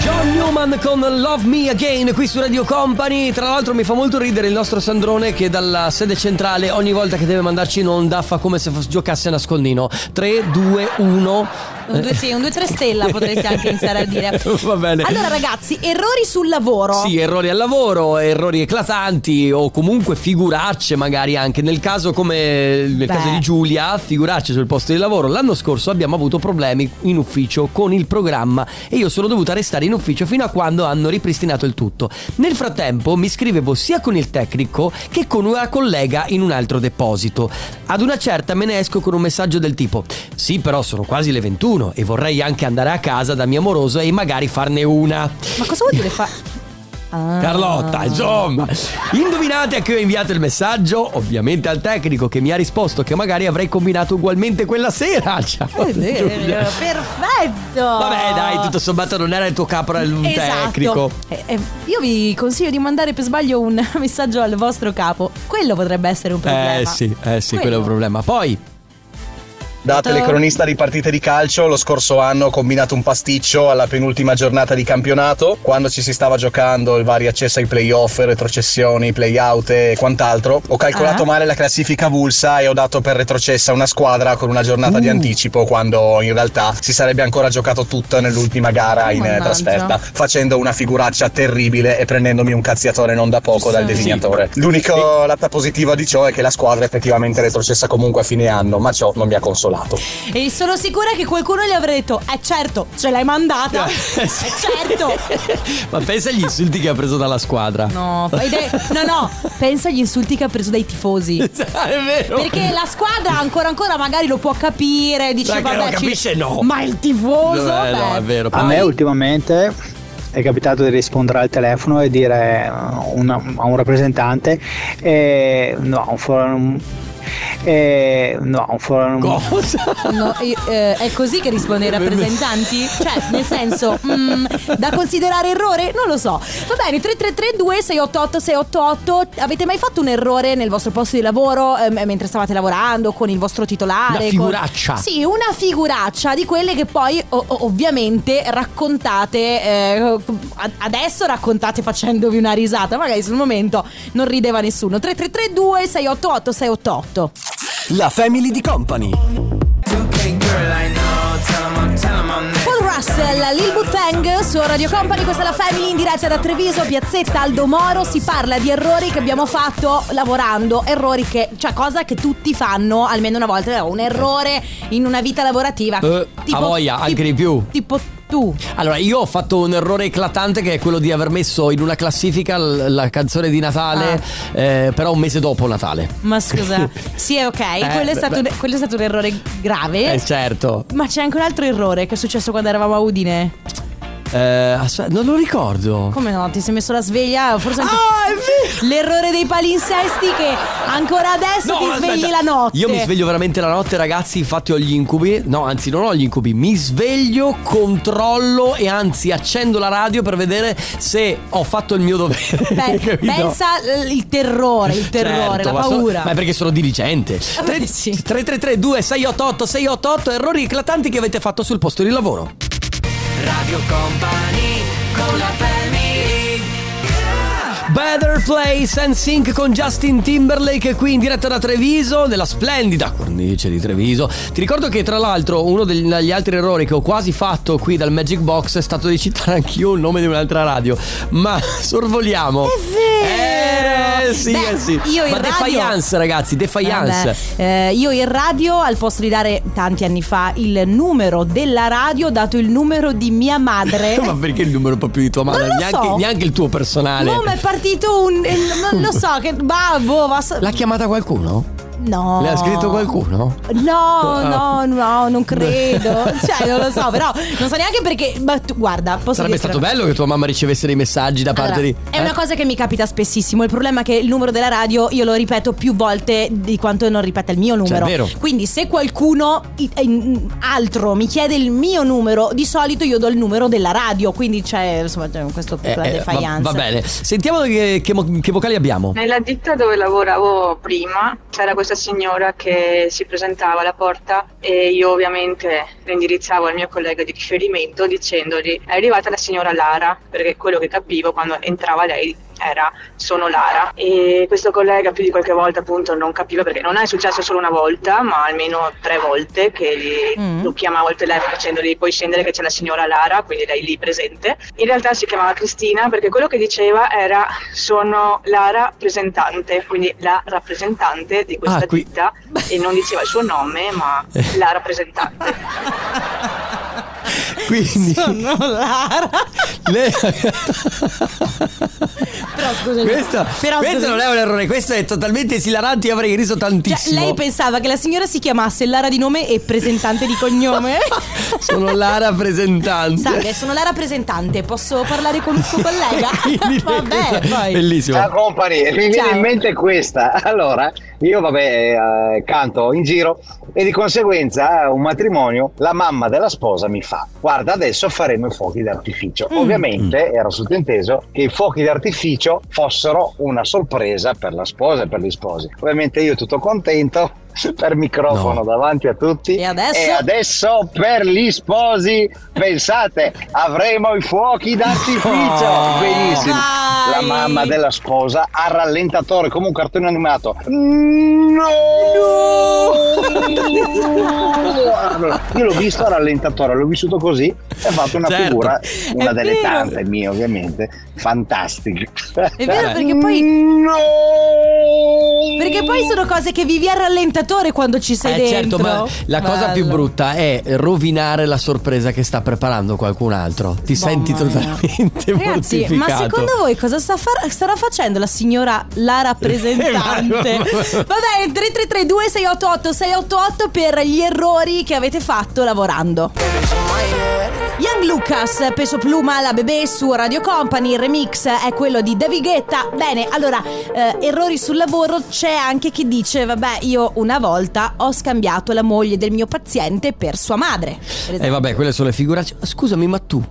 Speaker 2: John Newman con Love Me Again qui su Radio Company. Tra l'altro mi fa molto ridere il nostro Sandrone che dalla sede centrale ogni volta che deve mandarci in onda fa come se fosse- giocasse a nascondino. 3 2 1
Speaker 1: Un 2 sì, un 2 3 stella potresti anche iniziare a dire.
Speaker 2: Va bene.
Speaker 1: Allora ragazzi, errori sul lavoro.
Speaker 2: Sì, errori al lavoro, errori eclatanti o comunque figuracce magari anche. Nel caso come nel caso di Giulia, figuracce sul posto di lavoro. L'anno scorso abbiamo avuto problemi in ufficio con il programma e io sono dovuta restare in ufficio fino a quando hanno ripristinato il tutto. Nel frattempo mi scrivevo sia con il tecnico che con una collega in un altro deposito. Ad una certa me ne esco con un messaggio del tipo: Sì, però sono quasi le 21 e vorrei anche andare a casa da mia amorosa e magari farne una.
Speaker 1: Ma cosa vuol dire fa?
Speaker 2: <laughs> Carlotta, insomma, indovinate a chi ho inviato il messaggio? Ovviamente al tecnico che mi ha risposto che magari avrei combinato ugualmente quella sera. <laughs> Ciao, Giulia.
Speaker 1: Perfetto.
Speaker 2: Vabbè, dai, tutto sommato non era il tuo capo, era il
Speaker 1: Esatto.
Speaker 2: tecnico.
Speaker 1: Eh, eh, io vi consiglio di mandare per sbaglio un <laughs> messaggio al vostro capo. Quello potrebbe essere un problema.
Speaker 2: Eh sì, eh sì, quello è un problema. Poi
Speaker 8: Da
Speaker 1: Pronto?
Speaker 8: telecronista di partite di calcio, lo scorso anno ho combinato un pasticcio alla penultima giornata di campionato, quando ci si stava giocando il vari accesso ai playoff, retrocessioni, playout e quant'altro. Ho calcolato
Speaker 14: Ah.
Speaker 8: male la classifica avulsa e ho dato per retrocessa una squadra con una giornata di
Speaker 14: Uh.
Speaker 8: anticipo, quando in realtà si sarebbe ancora giocato tutto nell'ultima gara in eh,
Speaker 14: Mannaggia.
Speaker 8: trasferta, facendo una figuraccia terribile e prendendomi un cazziatore non da poco dal
Speaker 14: Sì.
Speaker 8: designatore. L'unico lato positivo di ciò è che la squadra è effettivamente retrocessa comunque a fine anno, ma ciò non mi ha consolato.
Speaker 1: E sono sicura che qualcuno gli avrà detto: Eh certo, ce l'hai mandata. <laughs> Eh, certo.
Speaker 2: Ma pensa agli insulti che ha preso dalla squadra.
Speaker 1: No, fai de- no,
Speaker 2: <laughs>
Speaker 1: no, pensa agli insulti che ha preso dai tifosi. È
Speaker 2: vero.
Speaker 1: Perché la squadra ancora ancora magari lo può capire. Dice,
Speaker 2: Dai, che
Speaker 1: vabbè,
Speaker 2: lo
Speaker 1: ci-
Speaker 2: capisce, no."
Speaker 1: Ma il tifoso.
Speaker 2: No, eh,
Speaker 1: beh.
Speaker 2: no, è vero.
Speaker 14: A me ultimamente è capitato di rispondere al telefono e dire eh, una- a un rappresentante eh, no, for- eh, no, for-
Speaker 1: Ah. No, io- eh, è così che risponde ai rappresentanti? Cioè, nel senso, mm, da considerare errore? Non lo so. Va bene, 3332 688 688. Avete mai fatto un errore nel vostro posto di lavoro ehm, mentre stavate lavorando con il vostro titolare?
Speaker 2: Una
Speaker 1: con-
Speaker 2: figuraccia.
Speaker 1: Sì, una figuraccia di quelle che poi o- o- ovviamente raccontate eh, a- adesso raccontate facendovi una risata, magari sul momento non rideva nessuno. 3332 688 688.
Speaker 3: La family di company.
Speaker 1: Paul Russell, Lil Bootang su Radio Company, questa è la Family in diretta da Treviso, Piazzetta Aldo Moro, si parla di errori che abbiamo fatto lavorando, errori che, cioè cosa che tutti fanno almeno una volta, un errore in una vita lavorativa.
Speaker 2: Eh, a voglia, anche di più.
Speaker 1: Tipo tu.
Speaker 2: Allora, io ho fatto un errore eclatante che è quello di aver messo in una classifica l- la canzone di Natale,
Speaker 1: Ah.
Speaker 2: eh, però un mese dopo Natale.
Speaker 1: Ma
Speaker 2: <laughs>
Speaker 1: scusa, sì è ok, quello, è
Speaker 2: Eh, beh,
Speaker 1: stato un,
Speaker 2: beh.
Speaker 1: quello è stato un errore grave.
Speaker 2: Eh, certo.
Speaker 1: ma c'è anche un altro errore che è successo quando eravamo a Udine.
Speaker 2: Eh, aspetta, non lo ricordo.
Speaker 1: Come no? Ti sei messo la sveglia? Forse anche l'errore dei palinsesti che ancora adesso ti svegli
Speaker 2: aspetta.
Speaker 1: la notte.
Speaker 2: Io mi sveglio veramente la notte, ragazzi. Infatti, ho gli incubi. No, anzi, non ho gli incubi. Mi sveglio, controllo e anzi, accendo la radio per vedere se ho fatto il mio dovere.
Speaker 1: Beh,
Speaker 2: <laughs> Capito?
Speaker 1: pensa l- il terrore, il terrore,
Speaker 2: Certo,
Speaker 1: la
Speaker 2: ma sono-
Speaker 1: paura.
Speaker 2: ma è perché sono
Speaker 1: <laughs>
Speaker 2: diligente. 333 2688 688 errori eclatanti che avete fatto sul posto di lavoro.
Speaker 3: Radio Company con la family.
Speaker 2: Better Place and Sync con Justin Timberlake qui in diretta da Treviso, nella splendida cornice di Treviso. Ti ricordo che tra l'altro uno degli altri errori che ho quasi fatto qui dal Magic Box è stato di citare anch'io il nome di un'altra radio, ma <laughs> sorvoliamo.
Speaker 1: Vero.
Speaker 2: Eh sì,
Speaker 1: Beh,
Speaker 2: eh sì.
Speaker 1: Io in
Speaker 2: ma
Speaker 1: radio-
Speaker 2: defiance ragazzi, defiance.
Speaker 1: Vabbè, eh, io in radio, al posto di dare tanti anni fa il numero della radio, ho dato il numero di mia madre.
Speaker 2: <laughs> Eh, Ma perché il numero proprio di tua madre?
Speaker 1: Non lo
Speaker 2: neanche,
Speaker 1: so.
Speaker 2: neanche il tuo personale.
Speaker 1: No, ma è partito un. il- non lo so, che. Babbo, ma. so-
Speaker 2: L'ha chiamata qualcuno?
Speaker 1: No.
Speaker 2: Le ha scritto qualcuno?
Speaker 1: No, no,
Speaker 2: Ah.
Speaker 1: no, non
Speaker 2: <laughs>
Speaker 1: credo. Cioè, non lo so, però non so neanche perché. Ma tu- guarda, posso
Speaker 2: Sarebbe
Speaker 1: dirtelo.
Speaker 2: stato bello che tua mamma ricevesse dei messaggi da parte
Speaker 1: Allora,
Speaker 2: di. Eh,
Speaker 1: È una cosa che mi capita spessissimo. Il problema è che il numero della radio io lo ripeto più volte di quanto non ripeta il mio numero.
Speaker 2: Cioè, è vero.
Speaker 1: Quindi, se qualcuno i- in- altro mi chiede il mio numero, di solito io do il numero della radio. Quindi c'è insomma c'è questo
Speaker 2: Eh,
Speaker 1: la
Speaker 2: eh, va,
Speaker 1: defianza.
Speaker 2: va bene, sentiamo che, che mo- che vocali abbiamo.
Speaker 12: Nella ditta dove lavoravo prima c'era questa signora che si presentava alla porta e io ovviamente le indirizzavo al mio collega di riferimento dicendogli è arrivata la signora Lara perché quello che capivo quando entrava lei era sono Lara e questo collega più di qualche volta appunto non capiva perché non è successo solo una volta ma almeno tre volte che gli-
Speaker 15: Mm.
Speaker 12: lo chiamavo al telefono dicendogli puoi scendere che c'è la signora Lara quindi lei lì presente in realtà si chiamava Cristina perché quello che diceva era sono la rappresentante, quindi la rappresentante di questa
Speaker 2: Ah, qui- Eh.
Speaker 12: ditta e non diceva il suo nome ma la rappresentante.
Speaker 1: Eh,
Speaker 2: Quindi
Speaker 1: <laughs> Sono Lara.
Speaker 2: Lei-
Speaker 1: Però scusa,
Speaker 2: Questo,
Speaker 1: però,
Speaker 2: questo
Speaker 1: scusa.
Speaker 2: non è un errore, questo è totalmente esilarante. Io avrei riso
Speaker 1: Cioè,
Speaker 2: tantissimo.
Speaker 1: lei pensava che la signora si chiamasse Lara di nome e presentante di
Speaker 2: <laughs>
Speaker 1: cognome?
Speaker 2: Sono la rappresentante.
Speaker 1: Salve, sono la rappresentante, posso parlare con
Speaker 2: <laughs>
Speaker 1: il suo collega? Vabbè, poi.
Speaker 2: Bellissimo.
Speaker 16: Ciao company, mi viene
Speaker 1: Ciao.
Speaker 16: in mente questa. <laughs> Allora, io vabbè eh, canto in giro e di conseguenza eh, un matrimonio, la mamma della sposa mi fa, guarda adesso faremo i fuochi d'artificio.
Speaker 1: Mm.
Speaker 16: Ovviamente era sottinteso che i fuochi d'artificio fossero una sorpresa per la sposa e per gli sposi. Ovviamente io tutto contento. <laughs> Per microfono davanti a tutti e
Speaker 1: adesso?
Speaker 16: adesso per gli sposi pensate avremo i fuochi d'artificio
Speaker 2: Oh.
Speaker 16: benissimo la
Speaker 2: Vai.
Speaker 16: mamma della sposa a rallentatore come un cartone animato. No! Allora, <laughs> io l'ho visto a rallentatore, l'ho vissuto così e ho fatto una
Speaker 2: Certo.
Speaker 16: figura, una
Speaker 1: È
Speaker 16: delle
Speaker 1: vero.
Speaker 16: tante mie ovviamente, fantastica.
Speaker 1: È vero perché poi. Perché poi sono cose che vivi al rallentatore quando ci sei
Speaker 2: Eh, certo,
Speaker 1: dentro.
Speaker 2: ma la cosa più
Speaker 1: Bello.
Speaker 2: brutta è rovinare la sorpresa che sta preparando qualcun altro. Ti senti
Speaker 1: Ragazzi,
Speaker 2: totalmente
Speaker 1: ma
Speaker 2: mortificato.
Speaker 1: secondo voi cosa sta far- starà facendo la signora la rappresentante? Vabbè, 3332 688 688 per gli errori che avete fatto lavorando. Young Lucas, Peso Pluma, la bebè su Radio Company, il remix è quello di David Guetta. Bene, allora, eh, errori sul lavoro, c'è anche chi dice, vabbè, io una volta ho scambiato la moglie del mio paziente per sua madre. Per
Speaker 2: E
Speaker 1: esempio.
Speaker 2: Eh, vabbè, quelle sono le figuracce. Ma Scusami,
Speaker 1: <laughs>
Speaker 2: ma tu?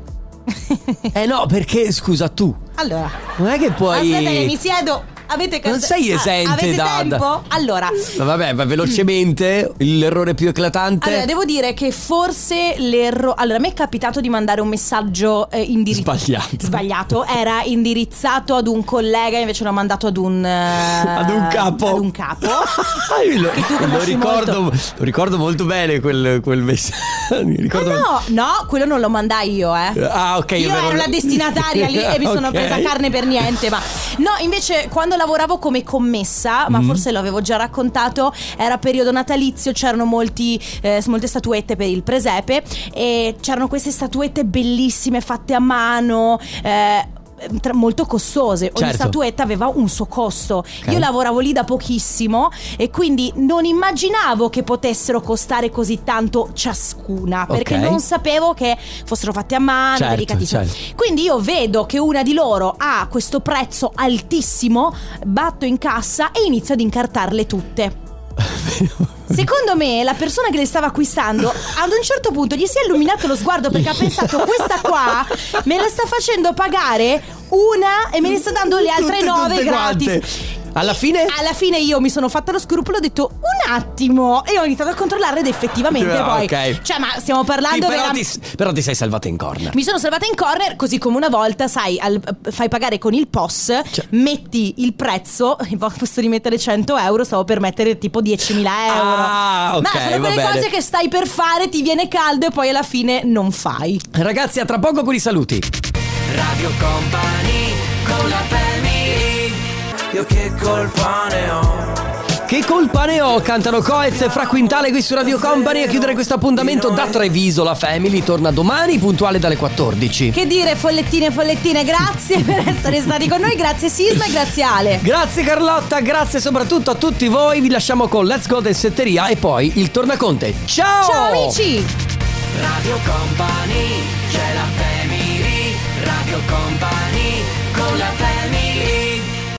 Speaker 2: eh no, perché scusa tu?
Speaker 1: Allora,
Speaker 2: Non è che puoi.
Speaker 1: Aspetta Ah, che mi siedo. Avete
Speaker 2: Non
Speaker 1: cance-
Speaker 2: sei
Speaker 1: Ah,
Speaker 2: esente
Speaker 1: Avete
Speaker 2: da- da-
Speaker 1: tempo? Allora,
Speaker 2: Ma Vabbè, va velocemente. L'errore più eclatante.
Speaker 1: allora, devo dire che forse l'errore. Allora, a me è capitato di mandare un messaggio eh, indirizzato.
Speaker 2: Sbagliato.
Speaker 1: Sbagliato, era indirizzato ad un collega, invece l'ho mandato ad un. eh,
Speaker 2: Ad un capo.
Speaker 1: Ad un
Speaker 2: <laughs>
Speaker 1: capo.
Speaker 2: Ah, io lo,
Speaker 1: che tu
Speaker 2: lo
Speaker 1: conosci
Speaker 2: ricordo,
Speaker 1: molto.
Speaker 2: lo ricordo molto bene quel, quel messaggio. <laughs> Mi
Speaker 1: Ah,
Speaker 2: ricordo-
Speaker 1: no, no, quello non lo mandai io, eh.
Speaker 2: Ah, ok,
Speaker 1: Io
Speaker 2: avevo-
Speaker 1: ero la destinataria
Speaker 2: <laughs>
Speaker 1: lì e mi sono
Speaker 2: Ok.
Speaker 1: presa carne per niente. Ma no, invece, quando lavoravo come commessa, ma
Speaker 2: Mm.
Speaker 1: forse l'avevo già raccontato, era periodo natalizio, c'erano molti, eh, molte statuette per il presepe e c'erano queste statuette bellissime fatte a mano. eh, tra- molto costose ogni
Speaker 17: Certo.
Speaker 1: statuetta aveva un suo costo
Speaker 17: Ok.
Speaker 1: io lavoravo lì da pochissimo e quindi non immaginavo che potessero costare così tanto ciascuna perché
Speaker 17: Ok.
Speaker 1: non sapevo che fossero fatte a mano
Speaker 17: Certo,
Speaker 1: delicatissime
Speaker 17: certo.
Speaker 1: quindi io vedo che una di loro ha questo prezzo altissimo, batto in cassa e inizio ad incartarle tutte.
Speaker 2: certo.
Speaker 1: Secondo me la persona che le stava acquistando ad un certo punto gli si è illuminato lo sguardo perché ha pensato questa qua me la sta facendo pagare una e me ne sta dando le altre
Speaker 2: Tutte-
Speaker 1: nove
Speaker 2: tutte
Speaker 1: gratis.
Speaker 2: quante. Alla fine?
Speaker 1: Alla fine io mi sono fatta lo scrupolo, ho detto un attimo e ho iniziato a controllare ed effettivamente
Speaker 2: Ah,
Speaker 1: poi...
Speaker 2: ok.
Speaker 1: Cioè ma stiamo parlando...
Speaker 2: Ti- però,
Speaker 1: veramente-
Speaker 2: ti, però ti sei salvata in corner.
Speaker 1: mi sono salvata in corner, così come una volta, sai, al- fai pagare con il POS,
Speaker 2: Cioè.
Speaker 1: metti il prezzo, <laughs> in posto di mettere 100 euro, stavo per mettere tipo 10.000 euro.
Speaker 2: Ah, ok,
Speaker 1: Ma sono quelle
Speaker 2: va bene.
Speaker 1: cose che stai per fare, ti viene caldo e poi alla fine non fai.
Speaker 2: Ragazzi, a tra poco con i saluti.
Speaker 4: Radio Company con la family Io che colpa ne ho
Speaker 2: Che colpa ne ho? Cantano Coez e Fra Quintale qui su Radio Company a chiudere questo appuntamento da Treviso. La Family torna domani puntuale dalle 14.
Speaker 1: Che dire, follettine e follettine, grazie <laughs> per essere stati con noi, grazie Sisma e grazie Ale.
Speaker 2: Grazie Carlotta, grazie soprattutto a tutti voi. Vi lasciamo con Let's Go del Setteria e poi il Tornaconte. Ciao!
Speaker 1: Ciao amici!
Speaker 4: Radio Company c'è